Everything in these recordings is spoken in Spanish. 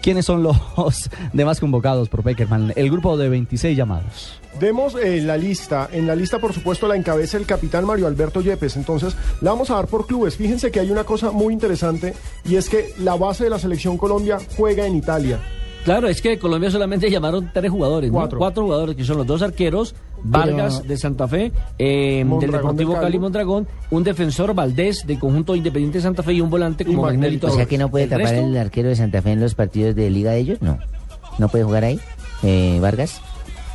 ¿Quiénes son los demás convocados por Peckerman? El grupo de 26 llamados. Demos eh, la lista. En la lista, por supuesto, la encabeza el capitán Mario Alberto Yepes. Entonces, la vamos a dar por clubes. Fíjense que hay una cosa muy interesante y es que la base de la selección Colombia juega en Italia. Claro, es que de Colombia solamente llamaron tres jugadores, ¿no? Cuatro. cuatro jugadores, que son los dos arqueros, Vargas de Santa Fe, eh, del Mondragón Deportivo de Cali. Cali Mondragón, un defensor Valdés del conjunto Independiente de Santa Fe y un volante como Magnelli Magnelito. O sea que no puede El tapar resto, el arquero de Santa Fe en los partidos de liga de ellos, no. No puede jugar ahí, eh, Vargas.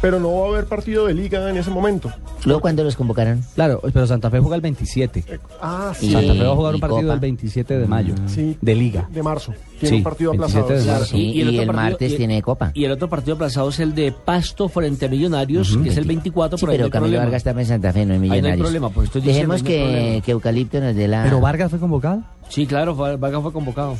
Pero no va a haber partido de liga en ese momento. Luego cuando los convocaron. Claro, pero Santa Fe juega el 27. Ah, Y- sí. Santa Fe va a jugar y un partido Copa. el 27 de mayo Sí. de liga. De marzo. Tiene Sí, un partido aplazado. 27 de Claro. marzo. Sí, y, el, otro partido- martes y- tiene copa. Y el otro partido aplazado es el de Pasto frente a Millonarios, que es el 24, Sí, por ahí no pero hay Camilo problema. Vargas tapa en Santa Fe, no en no hay Millonarios. problema, pues estoy diciendo, Dejemos ahí no hay que, problema. que Eucalipto nos dé la... ¿Pero Vargas fue convocado? Sí, claro, fue- Vargas fue convocado.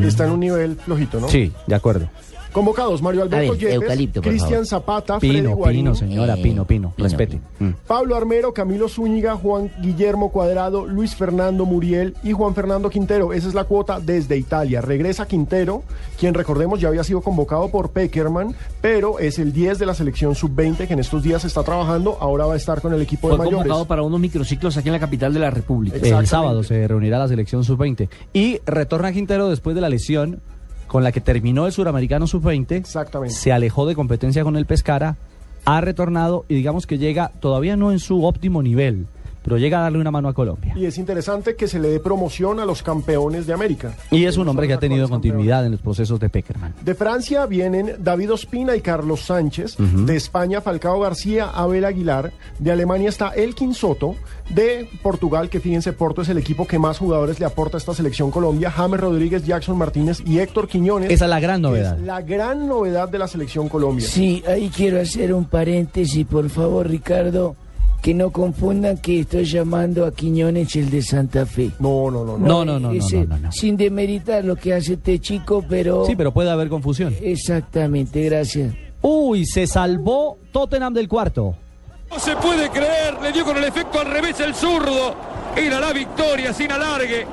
Está en un nivel flojito, ¿no? Sí, de acuerdo. Convocados, Mario Alberto A ver, Yepes, Eucalipto, por Cristian favor. Zapata, Freddy Pino, Guarino, Pino, señora, Eh, Pino, Pino, Pino, respete. Mm. Pablo Armero, Camilo Zúñiga, Juan Guillermo Cuadrado, Luis Fernando Muriel y Juan Fernando Quintero. Esa es la cuota desde Italia. Regresa Quintero, quien recordemos ya había sido convocado por Peckerman, pero es el 10 de la selección sub-20 que en estos días está trabajando. Ahora va a estar con el equipo Fue de mayores. convocado para unos microciclos aquí en la capital de la República. Exactamente. El sábado se reunirá la selección sub-20. Y retorna Quintero después de la lesión con la que terminó el suramericano sub-20. Exactamente. Se alejó de competencia con el Pescara, ha retornado y digamos que llega todavía no en su óptimo nivel, pero llega a darle una mano a Colombia. Y es interesante que se le dé promoción a los campeones de América. Y es un hombre que ha Son los tenido actuales campeones. continuidad en los procesos de Peckerman. De Francia vienen David Ospina y Carlos Sánchez. De España, Falcao García, Abel Aguilar. De Alemania está Elkin Soto. De Portugal, que fíjense, Porto es el equipo que más jugadores le aporta a esta selección Colombia. James Rodríguez, Jackson Martínez y Héctor Quiñones. Esa es la gran que novedad. Es la gran novedad de la selección Colombia. Sí, ahí quiero hacer un paréntesis, por favor, Ricardo, que no confundan que estoy llamando a Quiñones el de Santa Fe. No, no, no, no. No, no, no, no, ese- no, no, no. Sin demeritar lo que hace este chico, pero... Sí, pero puede haber confusión. Exactamente, gracias. Uy, se salvó Tottenham del cuarto. No se puede creer, le dio con el efecto al revés el zurdo. Era la victoria sin alargue.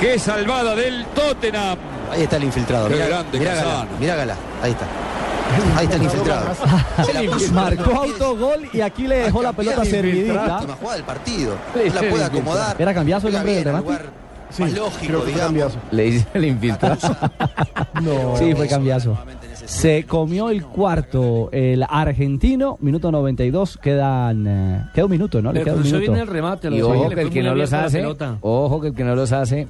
Qué salvada del Tottenham. Ahí está el infiltrado. Qué Mira, grande, mira Casano. Gala, mira Gala, ahí está. Ahí está el infiltrado. Se la puso. Marcó autogol y aquí le dejó la pelota Mira, La servidita. última jugada del partido. La puede acomodar. Era cambiazo el Pega hombre bien del al remate. lugar más Sí, creo lógico, que fue digamos. cambiazo. Le dice el infiltrado. No. Sí, fue cambiazo. Se comió el cuarto el argentino, minuto 92, quedan, eh, queda un minuto, ¿no? Le queda Pero un eso viene minuto. el remate. y la- ojo le que el fue que muy no los abierta la hace, pelota. ojo que el que no los hace,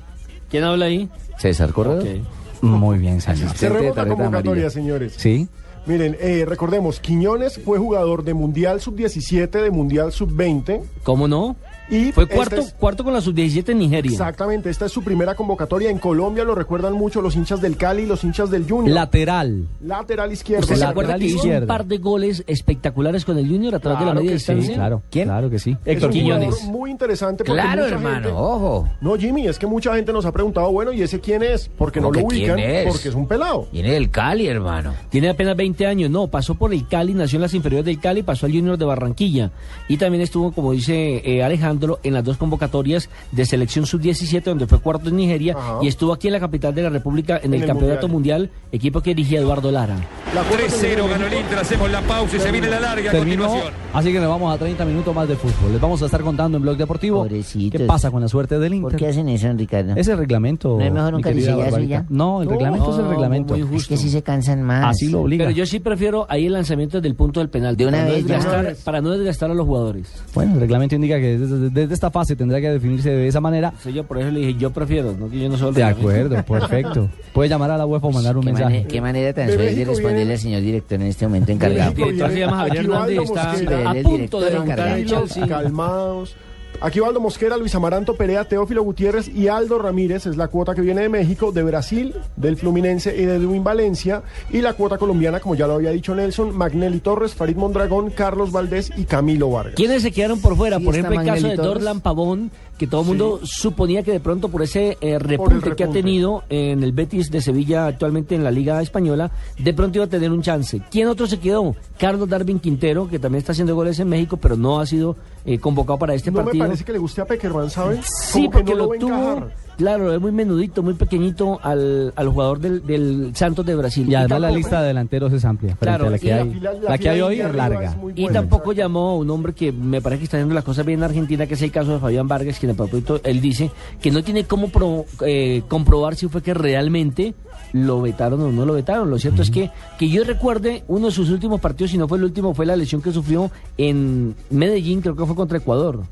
¿Quién habla ahí? César Corredor. Ok. Muy bien, señor. Asistente de Cerremos la tarjeta convocatoria, amarilla. señores. Sí, Miren, eh, recordemos, Quiñones fue jugador de Mundial Sub-17, de Mundial Sub-20. ¿Cómo no? Y Fue este cuarto, es- cuarto con la sub-17 en Nigeria. Exactamente, esta es su primera convocatoria. En Colombia lo recuerdan mucho los hinchas del Cali y los hinchas del Junior. lateral. Lateral izquierdo. ¿Usted se Lateral acuerda que hizo izquierdo. un par de goles espectaculares con el Junior a través de Claro la media que sí, distancia? Sí, claro. ¿Quién? Claro que sí. Es un Héctor Quiñones. jugador muy interesante. porque Claro, mucha hermano, gente- ojo. No, Jimmy, es que mucha gente nos ha preguntado, bueno, ¿y ese quién es? Porque no ¿Cómo lo que quién ubican, es? porque es un pelado. Viene del Cali, hermano. Tiene apenas 20 años, no, pasó por el Cali, nació en las inferiores del Cali, pasó al Junior de Barranquilla y también estuvo, como dice eh, Alejandro, en las dos convocatorias de selección sub-17, donde fue cuarto en Nigeria Ajá. y estuvo aquí en la capital de la República en, En el, el Campeonato mundial. equipo que dirigía Eduardo Lara. La cuota que 3-0 viene ganó el Inter, hacemos la pausa y se viene la larga a Terminó, continuación. así que nos vamos a 30 minutos más de fútbol. Les vamos a estar contando en Blog Deportivo Pobrecitos. qué pasa con la suerte del ¿Por qué Inter. hacen eso, Ricardo? Es el reglamento. ¿No es mejor un mi querida caricellazo Barbarita. ya? No, el No, reglamento es el no, reglamento. muy Es justo. que si se cansan más. Así lo obliga. Pero yo sí prefiero ahí el lanzamiento del punto del penal, De una para, vez, no ya. desgastar, para no desgastar a los jugadores. Bueno, el reglamento indica que desde, desde esta fase tendrá que definirse de esa manera. Entonces yo por eso le dije, yo prefiero, no que yo no soy el De reglamento. acuerdo, perfecto. Puede llamar a la UEFA o mandar un qué, mensaje. mane- qué manera tan De suave de México responderle viene- al señor director en este momento encargado. El director se llama Javier Aquivaldo Hernández y está Mosquera. a El punto de director levantar el encargado. Tranquilos, Chelsea. calmados. Aquí Valdo Mosquera, Luis Amaranto Perea, Teófilo Gutiérrez y Aldo Ramírez es la cuota que viene de México, de Brasil, del Fluminense y de Edwin Valencia. Y la cuota colombiana, como ya lo había dicho Nelson, Magnelli Torres, Farid Mondragón, Carlos Valdés y Camilo Vargas. ¿Quiénes se quedaron por fuera? Sí, por está ejemplo, el caso de Magnelli Torres. Dorlan Pavón, que todo el mundo suponía que de pronto por ese eh, repunte, que ha repunte. tenido en el Betis de Sevilla actualmente en la Liga Española, de pronto iba a tener un chance. ¿Quién otro se quedó? Carlos Darwin Quintero, que también está haciendo goles en México, pero no ha sido eh, convocado para este no me partido. parece que le guste a Peckerman, ¿saben? Sí, porque lo, ve tuvo, encajar. Claro, lo ve muy menudito, muy pequeñito al, al jugador del, del Santos de Brasil. Y además la tampoco- lista de delanteros es amplia. frente Claro, a la y que la hay, fila- la la que fila hay de hoy aquí es arriba larga. es muy- Y bueno, tampoco exacto. llamó a un hombre que me parece que está haciendo las cosas bien en Argentina, que es el caso de Fabián Vargas, quien a propósito él dice que no tiene cómo pro- eh, comprobar si fue que realmente lo vetaron o no lo vetaron. Lo cierto es que, que yo recuerde uno de sus últimos partidos, si no fue el último, fue la lesión que sufrió en Medellín, creo que fue contra Ecuador.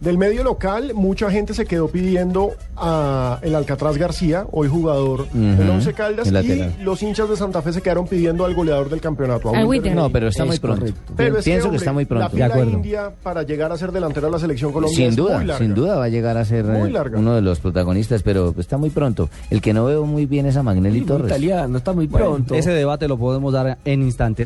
Del medio local, mucha gente se quedó pidiendo a el Alcatraz García, hoy jugador del Ujú, Once Caldas, el y lateral. los hinchas de Santa Fe se quedaron pidiendo al goleador del campeonato. a Al Wilder Wilder. No, pero está Es muy pronto. correcto. Pero es Pienso que, hombre, está muy La pronto. De fila acuerdo. india para llegar a ser delantero de la selección colombiana Sin es duda, muy larga. sin duda va a llegar a ser Muy eh, larga. uno de los protagonistas, pero está muy pronto. El que no veo muy bien es a Magnelli Sí, muy Torres. italiano, está muy Bueno, pronto. Ese debate lo podemos dar en instantes.